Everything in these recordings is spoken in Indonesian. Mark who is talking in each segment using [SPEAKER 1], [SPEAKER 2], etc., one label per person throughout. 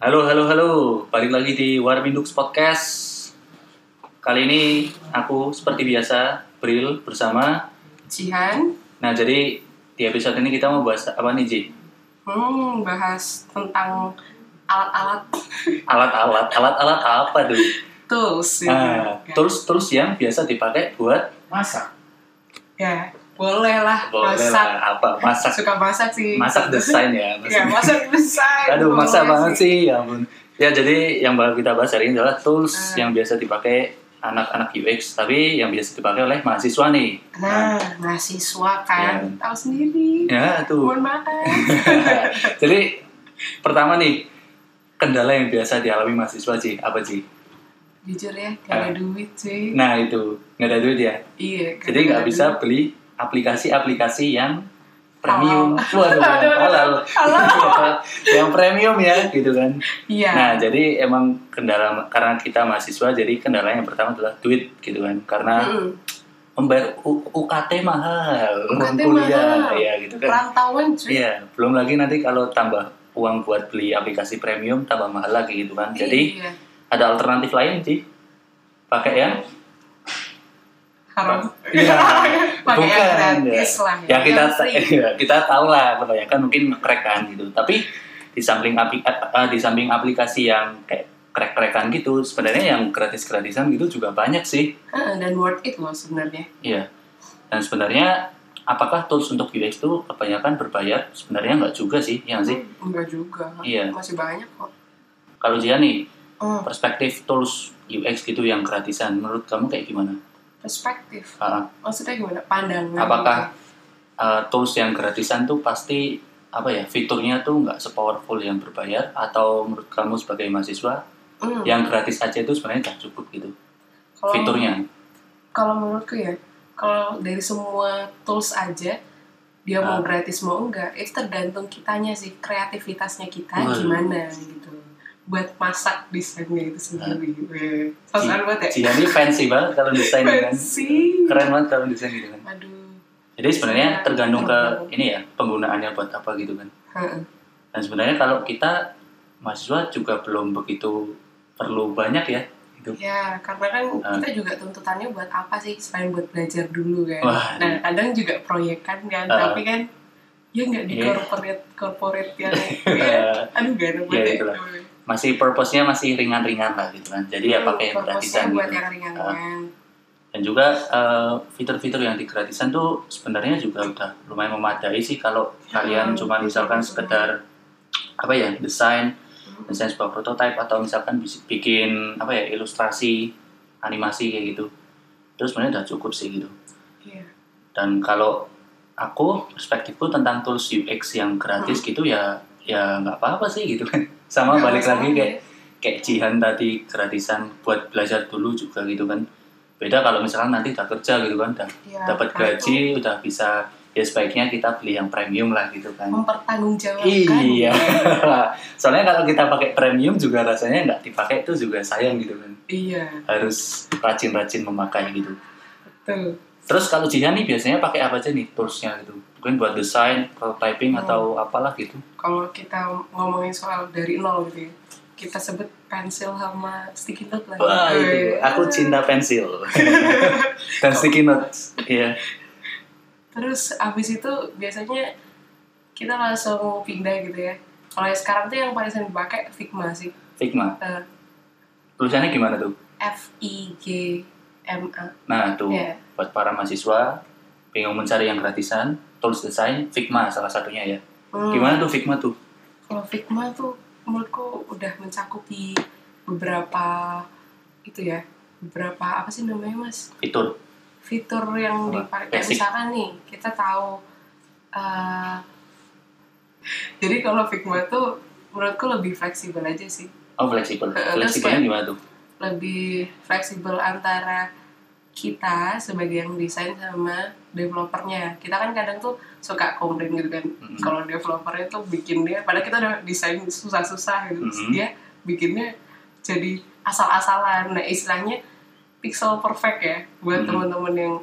[SPEAKER 1] Halo, halo, halo. Balik lagi di Warmindux Podcast. Kali ini aku seperti biasa, Bril bersama.
[SPEAKER 2] Jihan
[SPEAKER 1] Nah, jadi di episode ini kita mau bahas apa nih, Ji?
[SPEAKER 2] hmm, bahas tentang alat-alat
[SPEAKER 1] Alat-alat, alat-alat apa tuh?
[SPEAKER 2] tools gitu.
[SPEAKER 1] Nah,
[SPEAKER 2] ya.
[SPEAKER 1] terus terus yang biasa dipakai buat
[SPEAKER 3] Masak.
[SPEAKER 2] ya boleh lah
[SPEAKER 1] boleh
[SPEAKER 2] masak
[SPEAKER 1] lah, apa? Masak,
[SPEAKER 2] suka masak sih
[SPEAKER 1] masak desain ya.
[SPEAKER 2] ya masak desain
[SPEAKER 1] Aduh,
[SPEAKER 2] boleh
[SPEAKER 1] maksa banget sih, ya ampun. Ya, jadi yang bakal kita bahas hari ini adalah tools
[SPEAKER 2] Hmm.
[SPEAKER 1] yang biasa dipakai anak-anak UX, tapi yang biasa dipakai oleh mahasiswa nih.
[SPEAKER 2] nah mahasiswa kan
[SPEAKER 1] Ya.
[SPEAKER 2] tahu sendiri
[SPEAKER 1] Ya, tuh.
[SPEAKER 2] mohon maaf
[SPEAKER 1] jadi, pertama nih, kendala yang biasa dialami mahasiswa, Ji. Apa, Ji?
[SPEAKER 2] jujur ya gak
[SPEAKER 1] Ah.
[SPEAKER 2] ada duit sih
[SPEAKER 1] Nah, itu. Nggak ada duit ya.
[SPEAKER 2] iya gak
[SPEAKER 1] Jadi,
[SPEAKER 2] ada
[SPEAKER 1] nggak bisa
[SPEAKER 2] duit.
[SPEAKER 1] beli aplikasi-aplikasi yang premium. Waduh,
[SPEAKER 2] Aduh,
[SPEAKER 1] halal.
[SPEAKER 2] halal.
[SPEAKER 1] yang premium ya, gitu kan.
[SPEAKER 2] iya
[SPEAKER 1] Nah, jadi emang kendala karena kita mahasiswa, jadi kendala yang pertama adalah duit gitu kan. Karena
[SPEAKER 2] Mm-mm.
[SPEAKER 1] membayar U- UKT mahal, uang
[SPEAKER 2] UKT mahal.
[SPEAKER 1] ya gitu kan.
[SPEAKER 2] perantauan cuy
[SPEAKER 1] Iya, belum lagi nanti kalau tambah uang buat beli aplikasi premium tambah mahal lagi gitu kan. Jadi
[SPEAKER 2] iya.
[SPEAKER 1] ada alternatif lain sih. Pakai yang
[SPEAKER 2] haram
[SPEAKER 1] Iya.
[SPEAKER 2] pakai yang
[SPEAKER 1] Bukan,
[SPEAKER 2] gratis lah ya.
[SPEAKER 1] yang kita
[SPEAKER 2] Yang free.
[SPEAKER 1] iya, kita tahu lah kebanyakan mungkin ngekrek kan gitu tapi di samping apli- eh, eh, di samping aplikasi yang kayak krek-krekan gitu sebenarnya yang gratis-gratisan gitu juga banyak sih
[SPEAKER 2] Heeh, Ah, dan worth it loh sebenarnya
[SPEAKER 1] iya dan sebenarnya apakah tools untuk UX itu kebanyakan berbayar sebenarnya nggak juga sih yang Iya sih
[SPEAKER 2] enggak juga
[SPEAKER 1] Iya. Oh.
[SPEAKER 2] masih banyak kok
[SPEAKER 1] kalau dia nih
[SPEAKER 2] Hmm,
[SPEAKER 1] perspektif tools UX gitu yang gratisan menurut kamu kayak gimana
[SPEAKER 2] perspektif
[SPEAKER 1] Ah,
[SPEAKER 2] maksudnya gimana pandangan
[SPEAKER 1] apakah uh, tools yang gratisan tuh pasti apa ya fiturnya tuh nggak sepowerful yang berbayar atau menurut kamu sebagai mahasiswa
[SPEAKER 2] Hmm,
[SPEAKER 1] yang gratis aja itu sebenarnya nggak cukup gitu
[SPEAKER 2] kalau-
[SPEAKER 1] ya, fiturnya
[SPEAKER 2] kalau menurutku ya kalau dari semua tools aja dia mau
[SPEAKER 1] Ah.
[SPEAKER 2] gratis mau enggak itu tergantung kitanya sih kreativitasnya kita
[SPEAKER 1] Waduh.
[SPEAKER 2] gimana gitu buat masak desainnya itu sendiri Weh, sosokan banget ya
[SPEAKER 1] Jihan Ah. ini fancy banget kalau desain kan
[SPEAKER 2] Fancy.
[SPEAKER 1] keren banget kalau desain gitu kan
[SPEAKER 2] aduh
[SPEAKER 1] jadi sebenarnya tergantung ke
[SPEAKER 2] Tergantung.
[SPEAKER 1] ini ya penggunaannya buat apa gitu kan
[SPEAKER 2] Heeh.
[SPEAKER 1] dan sebenarnya kalau kita mahasiswa juga belum begitu perlu banyak ya gitu
[SPEAKER 2] Ya, karena kan
[SPEAKER 1] Ah.
[SPEAKER 2] kita juga tuntutannya buat apa sih selain buat belajar dulu kan.
[SPEAKER 1] Wah,
[SPEAKER 2] nah, kadang juga proyekan kan,
[SPEAKER 1] Ah.
[SPEAKER 2] tapi kan ya nggak di
[SPEAKER 1] Iya.
[SPEAKER 2] corporate corporate yang
[SPEAKER 1] eh,
[SPEAKER 2] ya, aduh gak ada buat
[SPEAKER 1] Iya,
[SPEAKER 2] ya.
[SPEAKER 1] itulah. masih purpose-nya masih ringan-ringan lah gitu kan jadi ya pakai yang
[SPEAKER 2] Hmm, Purpose-nya
[SPEAKER 1] gratisan
[SPEAKER 2] buat
[SPEAKER 1] gitu
[SPEAKER 2] yang ringan-ringan.
[SPEAKER 1] dan juga eh, fitur-fitur yang digratisan tuh sebenarnya juga udah lumayan memadai sih kalau
[SPEAKER 2] Ya,
[SPEAKER 1] kalian cuma
[SPEAKER 2] betul,
[SPEAKER 1] misalkan
[SPEAKER 2] betul.
[SPEAKER 1] sekedar apa ya desain
[SPEAKER 2] Hmm.
[SPEAKER 1] desain sebuah prototipe atau misalkan bis- bikin apa ya ilustrasi animasi kayak gitu terus sebenarnya udah cukup sih gitu
[SPEAKER 2] Iya.
[SPEAKER 1] dan kalau aku perspektifku tentang tools UX yang gratis gitu ya ya nggak apa-apa sih gitu kan sama
[SPEAKER 2] Hmm. Nggak
[SPEAKER 1] balik lagi
[SPEAKER 2] masalah
[SPEAKER 1] kayak
[SPEAKER 2] ya.
[SPEAKER 1] kayak Jihan tadi gratisan buat belajar dulu juga gitu kan beda kalau misalkan nanti udah kerja gitu kan udah
[SPEAKER 2] Iya,
[SPEAKER 1] dapat
[SPEAKER 2] karena itu
[SPEAKER 1] gaji udah bisa ya sebaiknya kita beli yang premium lah gitu kan
[SPEAKER 2] mempertanggungjawabkan.
[SPEAKER 1] iya soalnya kalau kita pakai premium juga rasanya nggak dipakai itu juga sayang gitu kan
[SPEAKER 2] Iya,
[SPEAKER 1] harus rajin-rajin memakai gitu
[SPEAKER 2] betul.
[SPEAKER 1] terus kalau Jihan nih biasanya pakai apa aja nih toolsnya gitu mungkin buat desain prototyping
[SPEAKER 2] Hmm.
[SPEAKER 1] atau apalah gitu
[SPEAKER 2] Kalau kita ngomongin soal dari nol gitu ya, kita sebut pensil sama sticky note lah. Iya,
[SPEAKER 1] wah iya. itu
[SPEAKER 2] Weh.
[SPEAKER 1] aku cinta pensil dan sticky notes iya
[SPEAKER 2] Terus abis itu biasanya kita langsung pindah gitu ya. Kalau yang sekarang tuh yang paling sering dipakai Figma sih.
[SPEAKER 1] Figma
[SPEAKER 2] Eh,
[SPEAKER 1] tulisannya gimana tuh
[SPEAKER 2] F I G M A.
[SPEAKER 1] Nah, tuh
[SPEAKER 2] Ya.
[SPEAKER 1] buat para mahasiswa bingung mencari yang gratisan, tools desain Figma salah satunya ya.
[SPEAKER 2] Hmm,
[SPEAKER 1] Gimana tuh Figma tuh?
[SPEAKER 2] Kalau Figma tuh menurutku udah mencakupi beberapa itu ya beberapa apa sih namanya mas
[SPEAKER 1] Fitur.
[SPEAKER 2] fitur yang
[SPEAKER 1] Apa?
[SPEAKER 2] dipakai Kayak
[SPEAKER 1] Basic.
[SPEAKER 2] misalkan nih kita tahu eh, jadi kalau Figma tuh menurutku lebih fleksibel aja sih
[SPEAKER 1] Oh, fleksibel.
[SPEAKER 2] Eh,
[SPEAKER 1] Fleksibelnya
[SPEAKER 2] terus
[SPEAKER 1] gimana tuh?
[SPEAKER 2] lebih fleksibel antara kita sebagai yang desain sama developernya. Kita kan kadang tuh suka komplain gitu kan.
[SPEAKER 1] Mm-mm.
[SPEAKER 2] Kalau developernya tuh bikin dia, padahal kita udah desain susah-susah gitu. Terus
[SPEAKER 1] Mhm.
[SPEAKER 2] Dia bikinnya jadi asal-asalan. Nah istilahnya pixel perfect ya.
[SPEAKER 1] Mhm.
[SPEAKER 2] Buat teman-teman yang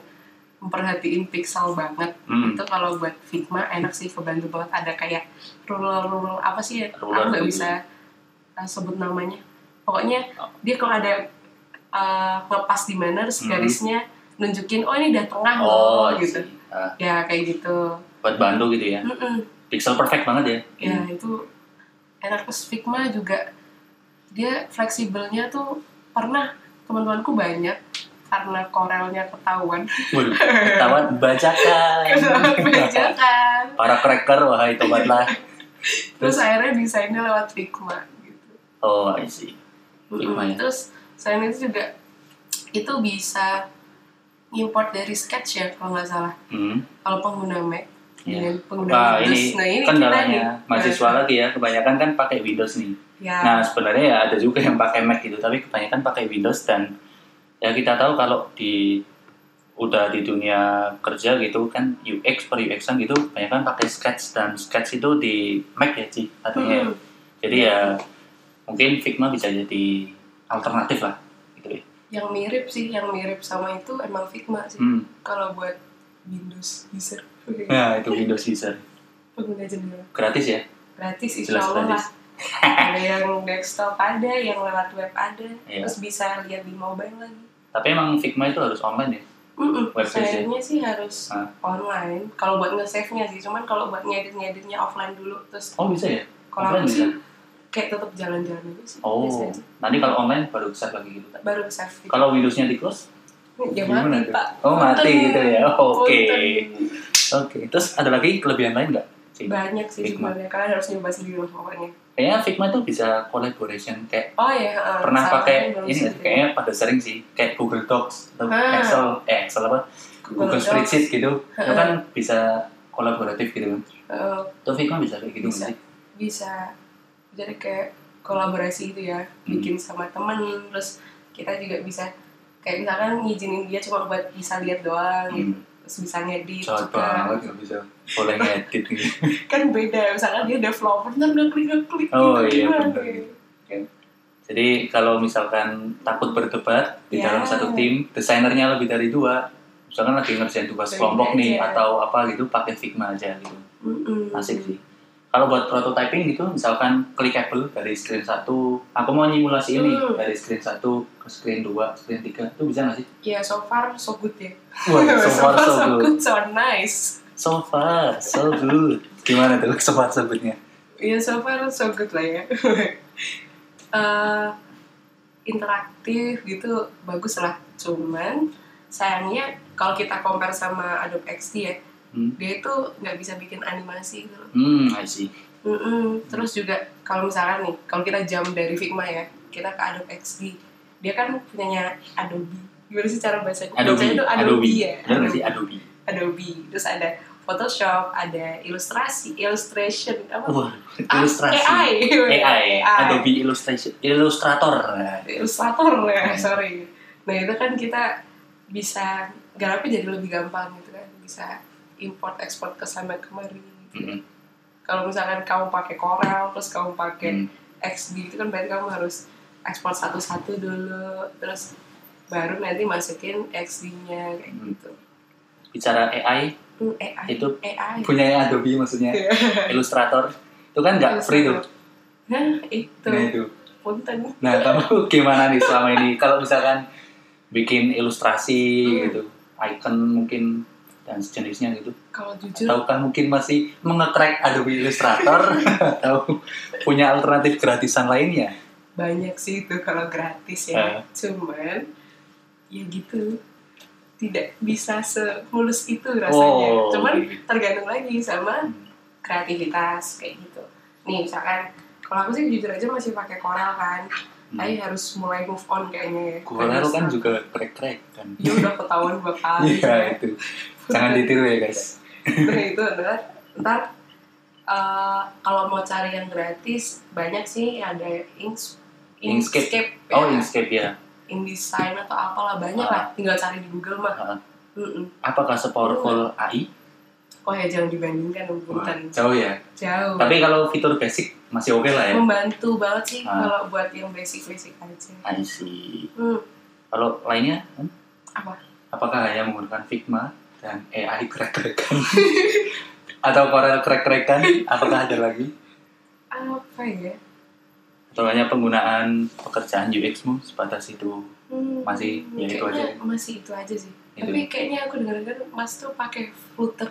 [SPEAKER 2] memperhatiin pixel banget.
[SPEAKER 1] Hmm,
[SPEAKER 2] Itu kalau buat Figma enak sih kebantu banget. Ada kayak ruler-ruler apa sih ya.
[SPEAKER 1] Ruler
[SPEAKER 2] Aku nggak
[SPEAKER 1] gitu.
[SPEAKER 2] bisa uh, sebut namanya pokoknya dia kalau ada uh, ngepas di mana terus
[SPEAKER 1] Hmm.
[SPEAKER 2] garisnya nunjukin Mm-hmm. oh ini udah tengah
[SPEAKER 1] Oh,
[SPEAKER 2] loh gitu
[SPEAKER 1] Ah,
[SPEAKER 2] ya kayak gitu
[SPEAKER 1] buat bantu gitu ya.
[SPEAKER 2] Mm-mm.
[SPEAKER 1] Pixel perfect banget ya.
[SPEAKER 2] ya itu enak terus Figma juga dia fleksibelnya tuh pernah teman-temanku banyak karena korelnya ketahuan
[SPEAKER 1] Waduh, ketahuan bajakan.
[SPEAKER 2] ketahuan bajakan
[SPEAKER 1] Para cracker wahai tobatlah.
[SPEAKER 2] terus akhirnya desainnya lewat Figma gitu
[SPEAKER 1] Oh, I see. Figma
[SPEAKER 2] Mm,
[SPEAKER 1] ya.
[SPEAKER 2] terus selain itu juga itu bisa import dari Sketch ya kalau nggak salah
[SPEAKER 1] Hmm.
[SPEAKER 2] kalau pengguna Mac
[SPEAKER 1] Ya.
[SPEAKER 2] dengan pengguna
[SPEAKER 1] Nah,
[SPEAKER 2] Windows
[SPEAKER 1] ini
[SPEAKER 2] nah ini Nah. kita nih
[SPEAKER 1] kendalanya mahasiswa lagi ya, kebanyakan kan pakai Windows nih.
[SPEAKER 2] ya
[SPEAKER 1] Nah, sebenarnya ya ada juga yang pakai Mac gitu, tapi kebanyakan pakai Windows dan ya kita tahu kalau di udah di dunia kerja gitu kan UX per UX an gitu kebanyakan pakai Sketch dan Sketch itu di Mac ya sih
[SPEAKER 2] Mm-mm.
[SPEAKER 1] katanya. Jadi ya mungkin Figma bisa jadi alternatif lah gitu ya.
[SPEAKER 2] yang mirip sih yang mirip sama itu emang Figma sih
[SPEAKER 1] Hmm.
[SPEAKER 2] kalau buat Windows user
[SPEAKER 1] Nah, itu Windows user.
[SPEAKER 2] pengguna jendela
[SPEAKER 1] Gratis ya?
[SPEAKER 2] gratis insya
[SPEAKER 1] Jelas
[SPEAKER 2] Allah lah
[SPEAKER 1] gratis.
[SPEAKER 2] ada yang desktop ada yang lewat web ada
[SPEAKER 1] Iya.
[SPEAKER 2] terus bisa lihat di mobile lagi
[SPEAKER 1] Tapi emang Figma itu harus online ya?
[SPEAKER 2] Mm-mm.
[SPEAKER 1] Web based ya?
[SPEAKER 2] Sayangnya sih harus
[SPEAKER 1] Hah?
[SPEAKER 2] online kalau buat nge-save-nya sih cuman kalau buat ngedit-ngeditnya offline dulu terus
[SPEAKER 1] Oh, bisa ya?
[SPEAKER 2] kalau aku
[SPEAKER 1] Offline
[SPEAKER 2] sih kayak tetap jalan-jalan aja sih
[SPEAKER 1] Oh,
[SPEAKER 2] biasa aja.
[SPEAKER 1] nanti kalau online baru bisa lagi gitu. kan?
[SPEAKER 2] baru save
[SPEAKER 1] Kalau Windows-nya di close,
[SPEAKER 2] ya
[SPEAKER 1] gimana
[SPEAKER 2] mati
[SPEAKER 1] tuh?
[SPEAKER 2] pak
[SPEAKER 1] Oh, mati
[SPEAKER 2] Punten.
[SPEAKER 1] gitu ya. Oke.
[SPEAKER 2] Punten.
[SPEAKER 1] Oke, terus ada lagi kelebihan lain nggak? Ci?
[SPEAKER 2] banyak sih
[SPEAKER 1] Figma.
[SPEAKER 2] sebenarnya kalian harus nyoba sendiri lah pokoknya
[SPEAKER 1] Kayaknya Figma itu bisa collaboration kayak
[SPEAKER 2] oh ya eh,
[SPEAKER 1] pernah
[SPEAKER 2] sama
[SPEAKER 1] pakai ini
[SPEAKER 2] baru
[SPEAKER 1] nggak sih?
[SPEAKER 2] sendiri.
[SPEAKER 1] kayaknya pada sering sih kayak Google Docs atau
[SPEAKER 2] Ah.
[SPEAKER 1] Excel, eh Excel apa? Google,
[SPEAKER 2] Docs.
[SPEAKER 1] Spreadsheet gitu. Itu
[SPEAKER 2] Ah.
[SPEAKER 1] kan bisa kolaboratif gitu kan.
[SPEAKER 2] Eh,
[SPEAKER 1] Itu Figma bisa kayak gitu
[SPEAKER 2] Bisa.
[SPEAKER 1] nggak sih?
[SPEAKER 2] bisa jadi kayak kolaborasi gitu ya
[SPEAKER 1] Hmm.
[SPEAKER 2] bikin sama temen terus kita juga bisa kayak misalkan ngizinin dia cuma buat bisa lihat doang gitu
[SPEAKER 1] Hmm.
[SPEAKER 2] terus bisa ngedit
[SPEAKER 1] Jahat
[SPEAKER 2] juga.
[SPEAKER 1] banget nggak bisa. Boleh ngedit gitu.
[SPEAKER 2] kan beda misalkan dia developer ntar nggak klik nggak klik
[SPEAKER 1] Oh,
[SPEAKER 2] gitu
[SPEAKER 1] iya,
[SPEAKER 2] gimana
[SPEAKER 1] bener.
[SPEAKER 2] gitu.
[SPEAKER 1] Jadi kalau misalkan takut berdebat di
[SPEAKER 2] Ya.
[SPEAKER 1] dalam satu tim, desainernya lebih dari dua, misalkan lagi ngerjain tugas
[SPEAKER 2] Bagi
[SPEAKER 1] kelompok nih
[SPEAKER 2] aja.
[SPEAKER 1] atau apa gitu, pakai Figma aja gitu.
[SPEAKER 2] Mm-mm.
[SPEAKER 1] Asik sih. Kalau buat prototyping gitu, misalkan clickable dari screen 1, aku mau nyimulasi ini
[SPEAKER 2] Hmm.
[SPEAKER 1] dari screen 1 ke screen 2, screen 3, itu bisa nggak sih?
[SPEAKER 2] ya so far so good ya
[SPEAKER 1] Wah, Oh, iya, so far so
[SPEAKER 2] so
[SPEAKER 1] good.
[SPEAKER 2] so nice
[SPEAKER 1] So far so good. Gimana tuh so far so goodnya?
[SPEAKER 2] ya so far so good lah ya Eh, interaktif gitu bagus lah cuman sayangnya kalau kita compare sama Adobe XD ya
[SPEAKER 1] Hmm,
[SPEAKER 2] dia itu nggak bisa bikin animasi gitu loh.
[SPEAKER 1] hmm I see.
[SPEAKER 2] Mm-mm. terus juga kalau misalkan nih kalau kita jump dari Figma ya kita ke Adobe XD dia kan punyanya Adobe gimana sih cara bahasanya
[SPEAKER 1] Adobe,
[SPEAKER 2] Bacanya tuh Adobe, ya
[SPEAKER 1] Bener nggak sih Adobe?
[SPEAKER 2] Adobe terus ada Photoshop ada ilustrasi illustration apa Ah,
[SPEAKER 1] Wah, ilustrasi.
[SPEAKER 2] AI
[SPEAKER 1] AI, Adobe Illustration, Illustrator. Nah,
[SPEAKER 2] ilustrator ya
[SPEAKER 1] Hmm.
[SPEAKER 2] sorry nah itu kan kita bisa garapnya jadi lebih gampang gitu kan bisa import ekspor ke sana kemari gitu.
[SPEAKER 1] mm-mm.
[SPEAKER 2] kalau misalkan kamu pakai Corel terus kamu pakai
[SPEAKER 1] Hmm.
[SPEAKER 2] XD itu kan berarti kamu harus ekspor satu-satu dulu terus baru nanti masukin XD-nya kayak
[SPEAKER 1] Hmm.
[SPEAKER 2] gitu
[SPEAKER 1] Bicara AI
[SPEAKER 2] Hmm, AI
[SPEAKER 1] itu
[SPEAKER 2] AI
[SPEAKER 1] punyanya Adobe maksudnya, Illustrator itu kan nggak free tuh.
[SPEAKER 2] nah itu
[SPEAKER 1] Nah itu.
[SPEAKER 2] punten
[SPEAKER 1] Nah kamu gimana nih selama ini? Kalau misalkan bikin ilustrasi
[SPEAKER 2] Hmm.
[SPEAKER 1] gitu, icon mungkin dan sejenisnya gitu,
[SPEAKER 2] kalau jujur
[SPEAKER 1] tahukah mungkin masih mengekrek Adobe Illustrator atau punya alternatif gratisan lainnya?
[SPEAKER 2] banyak sih itu kalau gratis ya
[SPEAKER 1] Eh.
[SPEAKER 2] cuman ya gitu tidak bisa semulus itu rasanya
[SPEAKER 1] Oh,
[SPEAKER 2] cuman
[SPEAKER 1] oke.
[SPEAKER 2] tergantung lagi sama
[SPEAKER 1] Hmm.
[SPEAKER 2] kreativitas kayak gitu nih misalkan kalau aku sih jujur aja masih pakai Corel kan tapi harus mulai move on kayaknya ya
[SPEAKER 1] Hmm. Corel
[SPEAKER 2] Harus-
[SPEAKER 1] kan juga krek-krek kan.
[SPEAKER 2] ya udah ketahuan dua kali
[SPEAKER 1] Iya itu. Jangan ditiru ya guys.
[SPEAKER 2] nah itu adalah ntar eh, kalau mau cari yang gratis banyak sih ada Inks-
[SPEAKER 1] Inkscape.
[SPEAKER 2] Inkscape
[SPEAKER 1] Oh,
[SPEAKER 2] ya.
[SPEAKER 1] Inkscape ya.
[SPEAKER 2] InDesign atau apalah banyak
[SPEAKER 1] Ah.
[SPEAKER 2] lah tinggal cari di Google mah
[SPEAKER 1] Ah.
[SPEAKER 2] Mm-mm.
[SPEAKER 1] Apakah sepowerful AI?
[SPEAKER 2] oh ya jangan dibandingkan dong, bukan
[SPEAKER 1] Jauh ya.
[SPEAKER 2] jauh
[SPEAKER 1] Tapi kalau fitur basic masih oke lah ya.
[SPEAKER 2] Hmm. membantu banget sih
[SPEAKER 1] Ah.
[SPEAKER 2] kalau buat yang basic basic aja
[SPEAKER 1] I see.
[SPEAKER 2] hmm.
[SPEAKER 1] Kalau lainnya, hmm?
[SPEAKER 2] Apa?
[SPEAKER 1] Apakah hanya menggunakan Figma dan AI krek-krekan? Atau Corel krek-krekan? Apakah ada lagi?
[SPEAKER 2] apa ya
[SPEAKER 1] Soalnya penggunaan pekerjaan UX-mu sebatas itu.
[SPEAKER 2] Hmm,
[SPEAKER 1] Masih, ya itu
[SPEAKER 2] kayaknya
[SPEAKER 1] aja.
[SPEAKER 2] masih itu aja sih
[SPEAKER 1] Itu. ya.
[SPEAKER 2] tapi kayaknya aku dengar-dengar mas tuh pakai flutter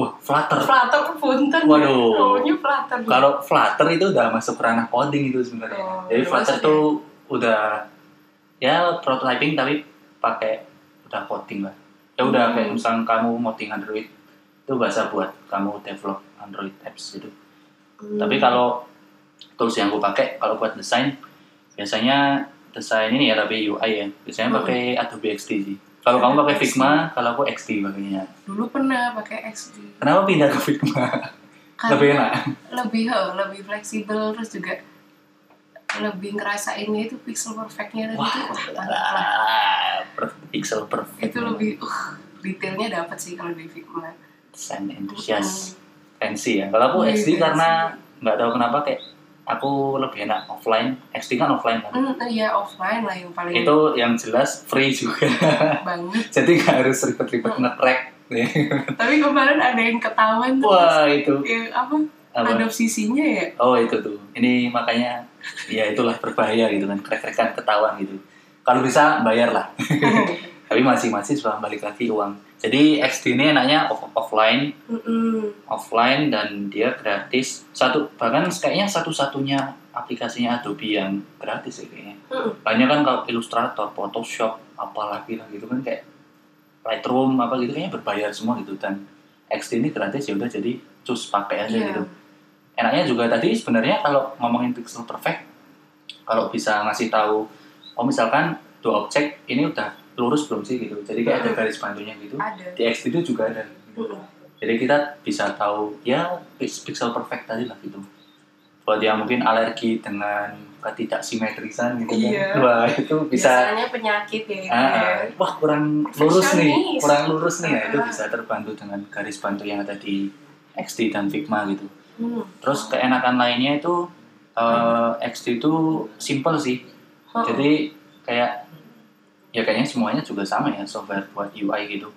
[SPEAKER 1] Wah, Flutter.
[SPEAKER 2] flutter flutter
[SPEAKER 1] Waduh.
[SPEAKER 2] namanya flutter
[SPEAKER 1] Kalau Flutter itu udah masuk ranah coding itu sebenarnya.
[SPEAKER 2] Oh,
[SPEAKER 1] Jadi
[SPEAKER 2] udah
[SPEAKER 1] Flutter
[SPEAKER 2] masuk ya?
[SPEAKER 1] tuh udah ya prototyping tapi pakai udah coding lah. Ya udah
[SPEAKER 2] Hmm.
[SPEAKER 1] kayak misalnya kamu modding Android itu bahasa buat kamu develop Android apps gitu.
[SPEAKER 2] Hmm.
[SPEAKER 1] Tapi kalau tools yang gue pakai kalau buat desain biasanya desain ini ya tapi UI ya. Biasanya
[SPEAKER 2] Hmm.
[SPEAKER 1] pakai Adobe XD sih. Kalau kamu pakai
[SPEAKER 2] Adobe
[SPEAKER 1] Figma, kalau aku XD pakainya.
[SPEAKER 2] dulu pernah pakai XD
[SPEAKER 1] Kenapa pindah ke Figma?
[SPEAKER 2] Karena
[SPEAKER 1] Lebih enak.
[SPEAKER 2] lebih eh, lebih fleksibel terus juga lebih ngerasainnya itu pixel perfectnya tadi tuh wah, mantap lah.
[SPEAKER 1] Ah, per- Pixel perfect.
[SPEAKER 2] itu lebih uh detailnya dapat sih kalau di Figma
[SPEAKER 1] desain enthusiast fancy ya. Kalau aku XD
[SPEAKER 2] Lebih
[SPEAKER 1] karena nggak tahu kenapa kayak aku lebih enak offline. XD kan offline kan.
[SPEAKER 2] Hmm, ya offline lah yang paling
[SPEAKER 1] Itu yang jelas free juga.
[SPEAKER 2] banget.
[SPEAKER 1] Jadi nggak harus ribet-ribet
[SPEAKER 2] Oh.
[SPEAKER 1] nge-track.
[SPEAKER 2] Tapi kemarin ada yang ketahuan tuh. Mas.
[SPEAKER 1] Wah itu
[SPEAKER 2] Yang apa?
[SPEAKER 1] apa?
[SPEAKER 2] Adopsisinya ya.
[SPEAKER 1] Oh itu tuh. Ini makanya ya itulah berbahaya gitu kan krek-krekan ketahuan gitu. Kalau bisa bayar lah.
[SPEAKER 2] Hmm,
[SPEAKER 1] Tapi masih masih suka balik lagi uang. Jadi XD ini enaknya off- offline,
[SPEAKER 2] hmm, Mm-mm.
[SPEAKER 1] offline dan dia gratis. Satu bahkan kayaknya satu-satunya aplikasinya Adobe yang gratis ya kayaknya.
[SPEAKER 2] Mm-mm.
[SPEAKER 1] Lainnya kan kalau Illustrator, Photoshop, apalagi lah gitu kan kayak Lightroom apa gitu kayaknya berbayar semua gitu dan XD ini gratis ya udah jadi cus pakai aja
[SPEAKER 2] Iya.
[SPEAKER 1] gitu enaknya juga tadi sebenarnya kalau ngomongin pixel perfect kalau bisa ngasih tahu oh misalkan dua objek ini udah lurus belum sih gitu jadi kayak ada garis bantunya gitu
[SPEAKER 2] Ada. Hmm,
[SPEAKER 1] di XD itu juga ada gitu.
[SPEAKER 2] Mm-mm.
[SPEAKER 1] jadi kita bisa tahu ya pix- pixel perfect tadi lah gitu buat yang mungkin alergi dengan ketidaksimetrisan gitu kan
[SPEAKER 2] Iya.
[SPEAKER 1] wah itu bisa
[SPEAKER 2] Biasanya penyakit ya. gitu
[SPEAKER 1] Ah,
[SPEAKER 2] ya.
[SPEAKER 1] ah. wah kurang lurus nih
[SPEAKER 2] Perfeksionis.
[SPEAKER 1] kurang lurus nih nah, itu
[SPEAKER 2] Ah.
[SPEAKER 1] bisa terbantu dengan garis bantu yang ada di XD dan Figma gitu
[SPEAKER 2] Hmm.
[SPEAKER 1] Terus keenakan lainnya itu eh, XD itu simple sih.
[SPEAKER 2] Oh,
[SPEAKER 1] Jadi kayak ya kayaknya semuanya juga sama ya software buat UI gitu.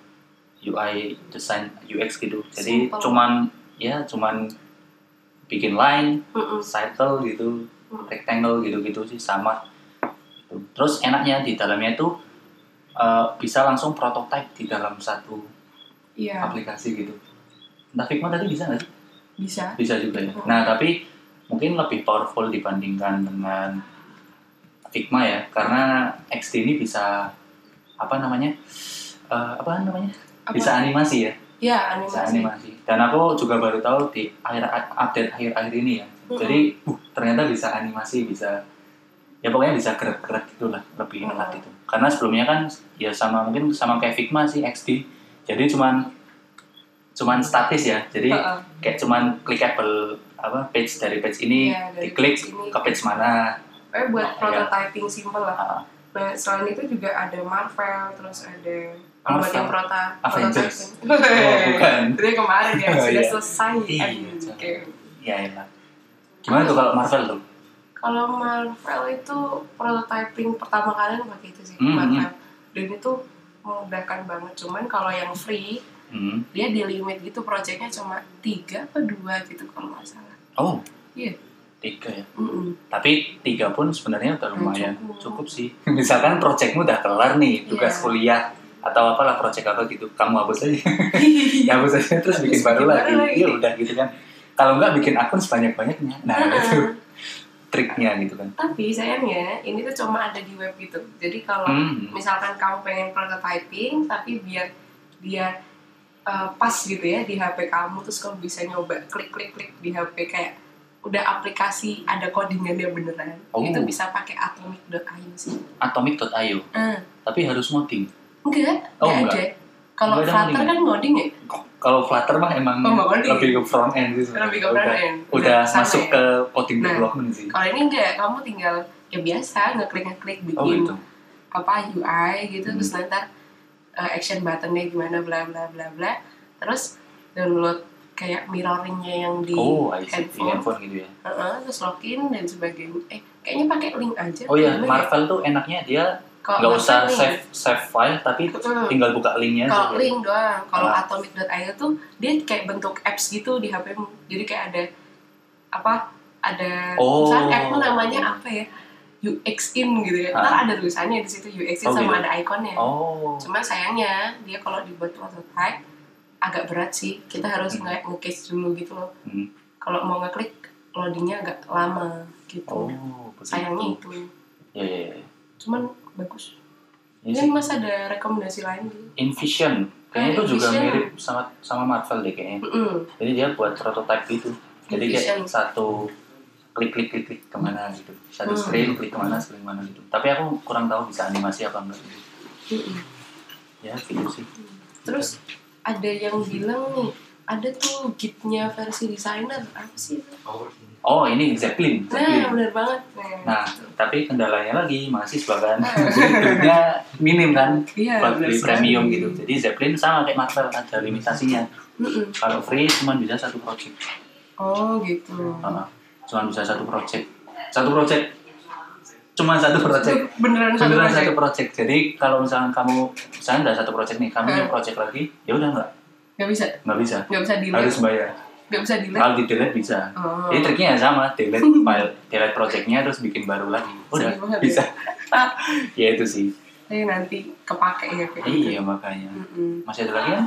[SPEAKER 1] UI design UX gitu. Jadi
[SPEAKER 2] Simple.
[SPEAKER 1] cuman ya cuman bikin line,
[SPEAKER 2] mm-mm.
[SPEAKER 1] circle gitu,
[SPEAKER 2] Hmm.
[SPEAKER 1] rectangle gitu-gitu sih sama. Gitu. Terus enaknya di dalamnya itu eh, bisa langsung prototype di dalam satu
[SPEAKER 2] Iya,
[SPEAKER 1] aplikasi gitu. Entah Figma tadi bisa nggak sih?
[SPEAKER 2] bisa.
[SPEAKER 1] bisa juga
[SPEAKER 2] Oh.
[SPEAKER 1] ya. Nah tapi mungkin lebih powerful dibandingkan dengan Figma ya, karena XD ini bisa apa namanya? Eh, apa namanya?
[SPEAKER 2] Apa?
[SPEAKER 1] Bisa animasi ya,
[SPEAKER 2] Ya,
[SPEAKER 1] bisa
[SPEAKER 2] animasi.
[SPEAKER 1] animasi. Dan aku juga baru tahu di akhir update akhir-akhir ini ya.
[SPEAKER 2] Mm-mm.
[SPEAKER 1] Jadi uh, ternyata bisa animasi, bisa ya pokoknya bisa gerak-gerak gitulah lebih
[SPEAKER 2] Mm-mm.
[SPEAKER 1] enak gitu. Karena sebelumnya kan ya sama mungkin sama kayak Figma sih XD. Jadi cuman cuman statis ya. Jadi
[SPEAKER 2] Heeh.
[SPEAKER 1] kayak cuman clickable apa page dari page ini
[SPEAKER 2] Iya, dari
[SPEAKER 1] diklik
[SPEAKER 2] page ini.
[SPEAKER 1] ke page mana
[SPEAKER 2] Eh, buat
[SPEAKER 1] Iya.
[SPEAKER 2] prototyping simple
[SPEAKER 1] Ah,
[SPEAKER 2] lah. Nah, selain itu juga ada Marvel, terus ada kalau buat
[SPEAKER 1] Marvel.
[SPEAKER 2] yang prota
[SPEAKER 1] Avengers.
[SPEAKER 2] prototyping.
[SPEAKER 1] Oh, bukan.
[SPEAKER 2] Jadi kemarin ya
[SPEAKER 1] Oh,
[SPEAKER 2] sudah
[SPEAKER 1] iya.
[SPEAKER 2] selesai
[SPEAKER 1] Iya,
[SPEAKER 2] endgame.
[SPEAKER 1] jangan. ya enak gimana tuh kalau Marvel tuh
[SPEAKER 2] Kalau Marvel itu prototyping pertama kali pakai itu sih
[SPEAKER 1] Hmm,
[SPEAKER 2] Marvel. Dan itu memudahkan banget. Cuman kalau yang free
[SPEAKER 1] hmm.
[SPEAKER 2] dia di limit gitu proyeknya cuma tiga atau dua gitu kalau nggak salah.
[SPEAKER 1] oh
[SPEAKER 2] Iya.
[SPEAKER 1] tiga ya
[SPEAKER 2] Mm-mm.
[SPEAKER 1] tapi tiga pun sebenarnya udah lumayan
[SPEAKER 2] Cukup.
[SPEAKER 1] ya. cukup. sih misalkan projectmu udah kelar nih tugas
[SPEAKER 2] Iya.
[SPEAKER 1] kuliah atau apalah project apa gitu kamu hapus aja ya hapus aja terus bikin
[SPEAKER 2] Terus
[SPEAKER 1] baru
[SPEAKER 2] bikin
[SPEAKER 1] lagi
[SPEAKER 2] baru lagi.
[SPEAKER 1] ya udah gitu kan kalau nggak bikin akun sebanyak banyaknya nah itu
[SPEAKER 2] Nah,
[SPEAKER 1] triknya gitu kan
[SPEAKER 2] tapi sayangnya ini tuh cuma ada di web gitu. Jadi kalau
[SPEAKER 1] hmm.
[SPEAKER 2] misalkan kamu pengen prototyping tapi biar dia uh, pas gitu ya di HP kamu terus kamu bisa nyoba klik klik klik di HP kayak udah aplikasi ada codingannya beneran
[SPEAKER 1] Oh.
[SPEAKER 2] itu bisa pakai atomic.io sih
[SPEAKER 1] atomic.io
[SPEAKER 2] Ah,
[SPEAKER 1] tapi harus modding
[SPEAKER 2] enggak
[SPEAKER 1] Oh,
[SPEAKER 2] enggak ada kalau
[SPEAKER 1] Enggak ada
[SPEAKER 2] Flutter
[SPEAKER 1] ngoding
[SPEAKER 2] kan ngoding ya
[SPEAKER 1] kalau Flutter mah emang
[SPEAKER 2] Oh, nggak coding.
[SPEAKER 1] lebih ke front end sih sebenarnya.
[SPEAKER 2] lebih ke
[SPEAKER 1] Udah-
[SPEAKER 2] front-end.
[SPEAKER 1] udah
[SPEAKER 2] sama
[SPEAKER 1] masuk
[SPEAKER 2] ya.
[SPEAKER 1] ke coding
[SPEAKER 2] Nah.
[SPEAKER 1] development sih
[SPEAKER 2] kalau ini enggak kamu tinggal ya biasa ngeklik ngeklik bikin
[SPEAKER 1] oh gitu
[SPEAKER 2] apa UI gitu
[SPEAKER 1] Hmm.
[SPEAKER 2] terus nanti uh, action buttonnya gimana bla bla bla bla terus download kayak mirroringnya yang di
[SPEAKER 1] oh I see di
[SPEAKER 2] handphone.
[SPEAKER 1] handphone gitu ya
[SPEAKER 2] Heeh, terus login dan sebagainya eh kayaknya pakai link aja
[SPEAKER 1] oh iya
[SPEAKER 2] gimana
[SPEAKER 1] Marvel tuh enaknya dia
[SPEAKER 2] Kalau
[SPEAKER 1] nggak
[SPEAKER 2] Marvel
[SPEAKER 1] usah
[SPEAKER 2] link.
[SPEAKER 1] save save file tapi
[SPEAKER 2] Heeh.
[SPEAKER 1] tinggal buka linknya
[SPEAKER 2] kalau
[SPEAKER 1] aja.
[SPEAKER 2] link doang kalau
[SPEAKER 1] Ah.
[SPEAKER 2] atomic.io tuh dia kayak bentuk apps gitu di HP-mu jadi kayak ada apa ada
[SPEAKER 1] Oh.
[SPEAKER 2] misalnya Icon namanya apa ya UX in gitu ya
[SPEAKER 1] Ah.
[SPEAKER 2] ntar ada tulisannya di situ UX in
[SPEAKER 1] Oh, gitu.
[SPEAKER 2] sama ada ikonnya
[SPEAKER 1] Oh.
[SPEAKER 2] cuman sayangnya dia kalau dibuat prototype agak berat sih kita harus
[SPEAKER 1] Hmm.
[SPEAKER 2] nge nge-case dulu gitu loh
[SPEAKER 1] Hmm.
[SPEAKER 2] kalau mau ngeklik loadingnya agak lama
[SPEAKER 1] Oh,
[SPEAKER 2] gitu
[SPEAKER 1] begitu.
[SPEAKER 2] sayangnya itu
[SPEAKER 1] Ya, ya, ya.
[SPEAKER 2] cuman bagus
[SPEAKER 1] Ini
[SPEAKER 2] ini
[SPEAKER 1] Iya sih,
[SPEAKER 2] Iya, mas ada rekomendasi lain gitu
[SPEAKER 1] Invision. Kayaknya itu juga
[SPEAKER 2] Invision.
[SPEAKER 1] mirip sama sama Marvel deh kayaknya.
[SPEAKER 2] Mm-mm.
[SPEAKER 1] Jadi dia buat prototype gitu. Jadi
[SPEAKER 2] Invision.
[SPEAKER 1] kayak satu klik klik klik klik kemana gitu. Satu
[SPEAKER 2] Hmm.
[SPEAKER 1] screen klik kemana screen mana gitu. Tapi aku kurang tahu bisa animasi apa enggak.
[SPEAKER 2] Mm-mm.
[SPEAKER 1] Ya gitu sih.
[SPEAKER 2] terus ada
[SPEAKER 1] Hmm.
[SPEAKER 2] yang bilang nih ada tuh gitnya versi desainer apa sih itu?
[SPEAKER 1] Oh ini Zeppelin. Zeppelin.
[SPEAKER 2] nah benar banget nah,
[SPEAKER 1] Nah, tapi kendalanya lagi mahasiswa kan.
[SPEAKER 2] Ah.
[SPEAKER 1] Jadi duitnya minim kan
[SPEAKER 2] iya
[SPEAKER 1] buat beli
[SPEAKER 2] benar sekali.
[SPEAKER 1] premium gitu. Jadi Zeppelin sama kayak Marvel ada limitasinya.
[SPEAKER 2] Mm-mm.
[SPEAKER 1] Kalau free cuma bisa satu project.
[SPEAKER 2] oh gitu
[SPEAKER 1] Heeh. Cuma bisa satu project. Satu project. Cuma satu
[SPEAKER 2] Itu
[SPEAKER 1] project.
[SPEAKER 2] beneran Kan satu
[SPEAKER 1] Beneran
[SPEAKER 2] project.
[SPEAKER 1] satu project. Jadi kalau misalkan kamu misalnya nggak satu project nih, kamu
[SPEAKER 2] Hmm.
[SPEAKER 1] punya project lagi, ya udah nggak
[SPEAKER 2] nggak bisa
[SPEAKER 1] nggak bisa.
[SPEAKER 2] nggak bisa delete
[SPEAKER 1] Harus bayar.
[SPEAKER 2] nggak bisa delete
[SPEAKER 1] Kalau di delete bisa.
[SPEAKER 2] oh.
[SPEAKER 1] Jadi triknya ya sama, delete file, delete projectnya terus bikin baru lagi. Udah,
[SPEAKER 2] Sedih banget
[SPEAKER 1] bisa. ya itu sih.
[SPEAKER 2] Eh, nanti kepake ya kayak gitu.
[SPEAKER 1] Iya makanya.
[SPEAKER 2] Mm-mm.
[SPEAKER 1] Masih ada lagi kan?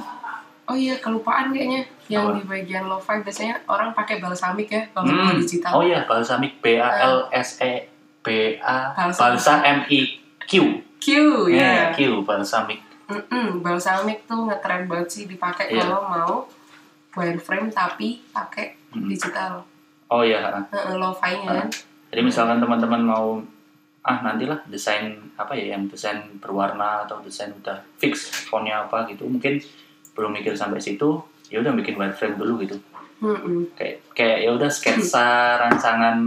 [SPEAKER 2] Oh iya kelupaan kayaknya yang
[SPEAKER 1] Apa?
[SPEAKER 2] di bagian lo-fi biasanya orang pakai balsamik ya kalau
[SPEAKER 1] Hmm.
[SPEAKER 2] digital.
[SPEAKER 1] Oh iya, balsamic B A L S E B A
[SPEAKER 2] Balsamic.
[SPEAKER 1] balsa M I Q.
[SPEAKER 2] Q
[SPEAKER 1] Iya,
[SPEAKER 2] ya.
[SPEAKER 1] Q balsamic.
[SPEAKER 2] Mm-mm, balsamic tuh ngetren banget sih dipakai
[SPEAKER 1] Iya.
[SPEAKER 2] kalau mau wireframe tapi pakai
[SPEAKER 1] Mm.
[SPEAKER 2] digital
[SPEAKER 1] Oh iya.
[SPEAKER 2] uh, lo-fi-nya.
[SPEAKER 1] Jadi misalkan teman-teman mau ah nantilah desain apa ya yang desain berwarna atau desain udah fix fontnya apa gitu mungkin belum mikir sampai situ ya udah bikin wireframe dulu gitu
[SPEAKER 2] Mm-mm.
[SPEAKER 1] kayak kayak ya udah sketsa rancangan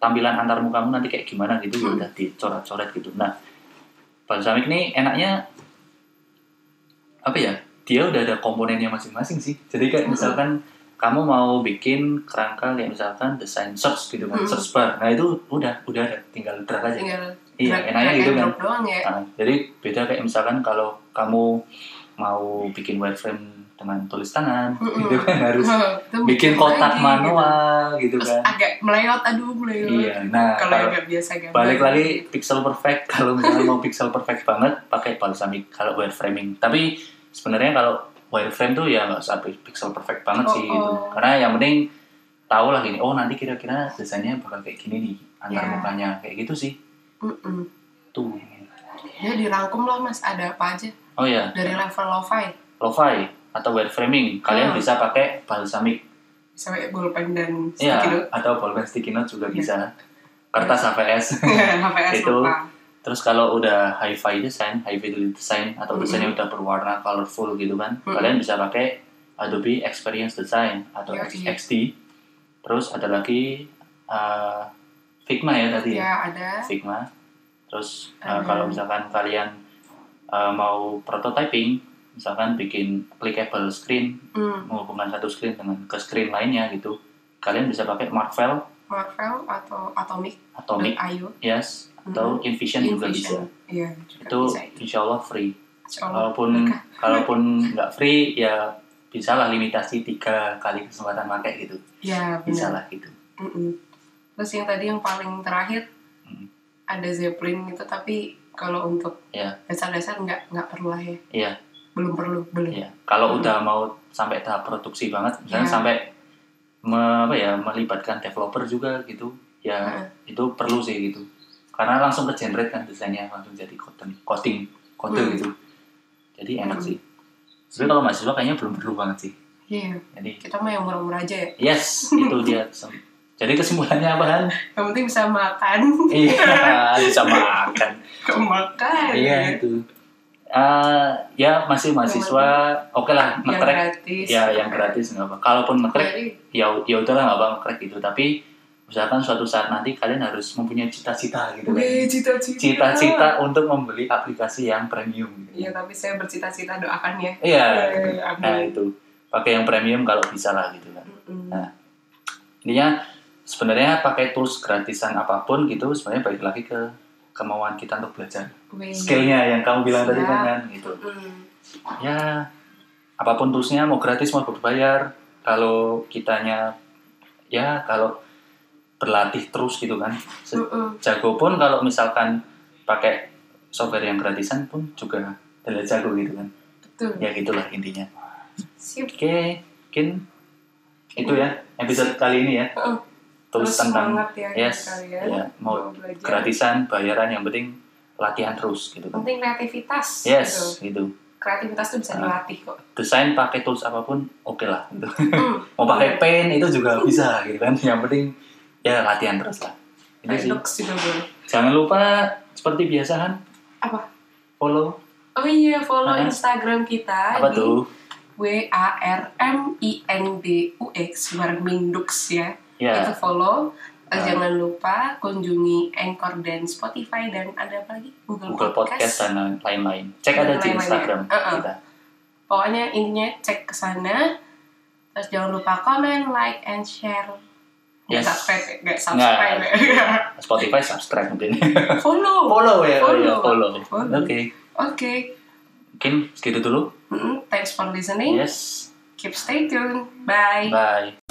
[SPEAKER 1] tampilan antarmu kamu nanti kayak gimana gitu ya
[SPEAKER 2] Hmm.
[SPEAKER 1] udah dicoret-coret gitu nah balsamic ini enaknya apa ya dia udah ada komponennya masing-masing sih jadi kayak
[SPEAKER 2] Hmm.
[SPEAKER 1] misalkan kamu mau bikin kerangka kayak misalkan desain search gitu kan
[SPEAKER 2] Hmm.
[SPEAKER 1] search bar nah itu udah udah ada tinggal drag aja
[SPEAKER 2] Tinggal
[SPEAKER 1] iya
[SPEAKER 2] drag-
[SPEAKER 1] enaknya
[SPEAKER 2] drag
[SPEAKER 1] gitu
[SPEAKER 2] and
[SPEAKER 1] kan
[SPEAKER 2] drop doang ya.
[SPEAKER 1] Nah, jadi beda kayak misalkan kalau kamu mau bikin wireframe dengan tulis tangan
[SPEAKER 2] Mm-mm.
[SPEAKER 1] gitu kan
[SPEAKER 2] Hmm.
[SPEAKER 1] harus
[SPEAKER 2] Itu
[SPEAKER 1] bikin kotak
[SPEAKER 2] lagi,
[SPEAKER 1] manual gitu,
[SPEAKER 2] gitu. Terus
[SPEAKER 1] kan
[SPEAKER 2] agak meleot aduh meleot.
[SPEAKER 1] iya nah
[SPEAKER 2] Kalau yang gitu.
[SPEAKER 1] kalau
[SPEAKER 2] nggak biasa gambar.
[SPEAKER 1] balik lagi pixel perfect kalau misalnya mau pixel perfect banget pakai balsamic kalau wireframing tapi sebenarnya kalau wireframe tuh ya nggak usah pixel perfect banget sih
[SPEAKER 2] Oh,
[SPEAKER 1] gitu.
[SPEAKER 2] oh.
[SPEAKER 1] karena yang penting tahu lah gini oh nanti kira-kira desainnya bakal kayak gini nih antar
[SPEAKER 2] Ya.
[SPEAKER 1] mukanya kayak gitu sih
[SPEAKER 2] Mm-mm.
[SPEAKER 1] tuh
[SPEAKER 2] Ya dirangkum lah mas ada apa aja
[SPEAKER 1] oh ya
[SPEAKER 2] dari level lo-fi
[SPEAKER 1] lo-fi atau wireframing kalian
[SPEAKER 2] Hmm.
[SPEAKER 1] bisa pakai balsamic
[SPEAKER 2] sampai bolpen dan gitu.
[SPEAKER 1] ya
[SPEAKER 2] sticky note. Iya.
[SPEAKER 1] atau bolpen sticky note juga bisa kertas HVS
[SPEAKER 2] HPS
[SPEAKER 1] Itu.
[SPEAKER 2] lupa.
[SPEAKER 1] Terus kalau udah hi-fi design, high fidelity design atau
[SPEAKER 2] Mm-mm.
[SPEAKER 1] desain yang udah berwarna colorful gitu kan,
[SPEAKER 2] Mm-mm.
[SPEAKER 1] kalian bisa pakai Adobe Experience Design atau
[SPEAKER 2] Iya, iya.
[SPEAKER 1] XD. Terus ada lagi uh, Figma ya tadi ya,
[SPEAKER 2] Ya ada.
[SPEAKER 1] Figma. Terus uh,
[SPEAKER 2] Ada.
[SPEAKER 1] kalau misalkan kalian uh, mau prototyping, misalkan bikin clickable screen
[SPEAKER 2] Hmm,
[SPEAKER 1] menghubungkan satu screen dengan ke screen lainnya gitu, kalian bisa pakai Marvel,
[SPEAKER 2] Marvel atau Atomic,
[SPEAKER 1] Atomic,
[SPEAKER 2] .io,
[SPEAKER 1] yes, atau Invision juga bisa.
[SPEAKER 2] Iya. Invision. Iya, juga
[SPEAKER 1] Itu Oh,
[SPEAKER 2] bisa.
[SPEAKER 1] insya Allah free.
[SPEAKER 2] Insya Allah.
[SPEAKER 1] kalaupun
[SPEAKER 2] Berkah.
[SPEAKER 1] kalaupun nggak free ya bisa lah limitasi tiga kali kesempatan pakai gitu
[SPEAKER 2] Ya,
[SPEAKER 1] bisa
[SPEAKER 2] benar.
[SPEAKER 1] lah gitu
[SPEAKER 2] Mm-mm. Terus yang tadi yang paling terakhir
[SPEAKER 1] Mm.
[SPEAKER 2] ada Zeppelin itu tapi kalau untuk
[SPEAKER 1] Iya.
[SPEAKER 2] dasar-dasar nggak nggak perlu lah ya.
[SPEAKER 1] Iya.
[SPEAKER 2] Belum perlu, belum.
[SPEAKER 1] ya kalau
[SPEAKER 2] Hmm.
[SPEAKER 1] udah mau sampai tahap produksi banget misalnya
[SPEAKER 2] Ya.
[SPEAKER 1] sampai me- apa ya melibatkan developer juga gitu ya
[SPEAKER 2] Hmm.
[SPEAKER 1] itu perlu sih gitu karena langsung ke generate kan desainnya langsung jadi coding coding kode
[SPEAKER 2] Hmm.
[SPEAKER 1] gitu jadi enak
[SPEAKER 2] Hmm.
[SPEAKER 1] sih sebenarnya kalau mahasiswa kayaknya belum perlu banget sih
[SPEAKER 2] Iya,
[SPEAKER 1] jadi
[SPEAKER 2] kita mah yang murah-murah aja ya.
[SPEAKER 1] yes itu dia Sem- jadi kesimpulannya apa kan
[SPEAKER 2] Yang penting bisa makan,
[SPEAKER 1] iya bisa makan
[SPEAKER 2] kemakan.
[SPEAKER 1] Iya itu. Eh, ya masih mahasiswa, oke lah
[SPEAKER 2] Yang
[SPEAKER 1] ngetrek.
[SPEAKER 2] gratis.
[SPEAKER 1] Ya yang gratis nggak apa. Kalaupun ngetrek,
[SPEAKER 2] Jadi,
[SPEAKER 1] ya ya udahlah nggak apa ngetrek gitu. Tapi misalkan suatu saat nanti kalian harus mempunyai cita-cita gitu kan.
[SPEAKER 2] weh, cita-cita.
[SPEAKER 1] Cita-cita untuk membeli aplikasi yang premium. Gitu.
[SPEAKER 2] Iya, tapi saya bercita-cita doakan ya.
[SPEAKER 1] Iya.
[SPEAKER 2] Eh,
[SPEAKER 1] Nah
[SPEAKER 2] amin.
[SPEAKER 1] itu pakai yang premium kalau bisa lah gitu kan.
[SPEAKER 2] Mm-mm.
[SPEAKER 1] Nah, Intinya sebenarnya pakai tools gratisan apapun gitu sebenarnya balik lagi ke kemauan kita untuk belajar
[SPEAKER 2] Weh.
[SPEAKER 1] skillnya yang kamu bilang tadi kan
[SPEAKER 2] Siap.
[SPEAKER 1] kan, gitu
[SPEAKER 2] Mm.
[SPEAKER 1] ya apapun toolsnya mau gratis mau berbayar kalau kitanya ya kalau berlatih terus gitu kan Se-
[SPEAKER 2] Mm-mm.
[SPEAKER 1] jago pun kalau misalkan pakai software yang gratisan pun juga adalah jago gitu kan
[SPEAKER 2] betul
[SPEAKER 1] ya gitulah intinya
[SPEAKER 2] sip
[SPEAKER 1] oke mungkin itu ya episode kali ini ya
[SPEAKER 2] Heeh.
[SPEAKER 1] terus tentang
[SPEAKER 2] semangat ya
[SPEAKER 1] yes
[SPEAKER 2] kalian
[SPEAKER 1] ya mau
[SPEAKER 2] belajar
[SPEAKER 1] gratisan bayaran yang penting latihan terus gitu kan
[SPEAKER 2] penting kreativitas gitu.
[SPEAKER 1] yes gitu
[SPEAKER 2] kreativitas tuh
[SPEAKER 1] Ah.
[SPEAKER 2] bisa dilatih kok
[SPEAKER 1] desain pakai tools apapun oke lah gitu.
[SPEAKER 2] Hmm.
[SPEAKER 1] mau pakai pen itu juga bisa gitu kan yang penting ya latihan terus lah itu sih
[SPEAKER 2] Paradox juga boleh
[SPEAKER 1] jangan lupa seperti biasa kan
[SPEAKER 2] Apa?
[SPEAKER 1] follow
[SPEAKER 2] oh iya follow
[SPEAKER 1] Ah.
[SPEAKER 2] instagram kita
[SPEAKER 1] apa
[SPEAKER 2] di
[SPEAKER 1] tuh
[SPEAKER 2] w a r m i n d u x warmindux ya itu
[SPEAKER 1] ya
[SPEAKER 2] follow
[SPEAKER 1] Ah.
[SPEAKER 2] Eh, jangan lupa kunjungi Anchor dan Spotify dan ada apa lagi Google,
[SPEAKER 1] Google Podcast dan lain- lain-lain cek
[SPEAKER 2] Dan
[SPEAKER 1] ada di
[SPEAKER 2] lain-lainnya.
[SPEAKER 1] Instagram
[SPEAKER 2] Uh-uh.
[SPEAKER 1] kita
[SPEAKER 2] pokoknya intinya cek ke sana terus jangan lupa comment like and share nggak
[SPEAKER 1] Yes.
[SPEAKER 2] subscribe ya? nggak subscribe ya?
[SPEAKER 1] Spotify subscribe mungkin
[SPEAKER 2] follow oke
[SPEAKER 1] follow ya oh iya,
[SPEAKER 2] Follow.
[SPEAKER 1] follow oke
[SPEAKER 2] Follow.
[SPEAKER 1] mungkin segitu dulu
[SPEAKER 2] Mm-mm, thanks for listening
[SPEAKER 1] yes
[SPEAKER 2] keep stay tuned bye
[SPEAKER 1] Iya. bye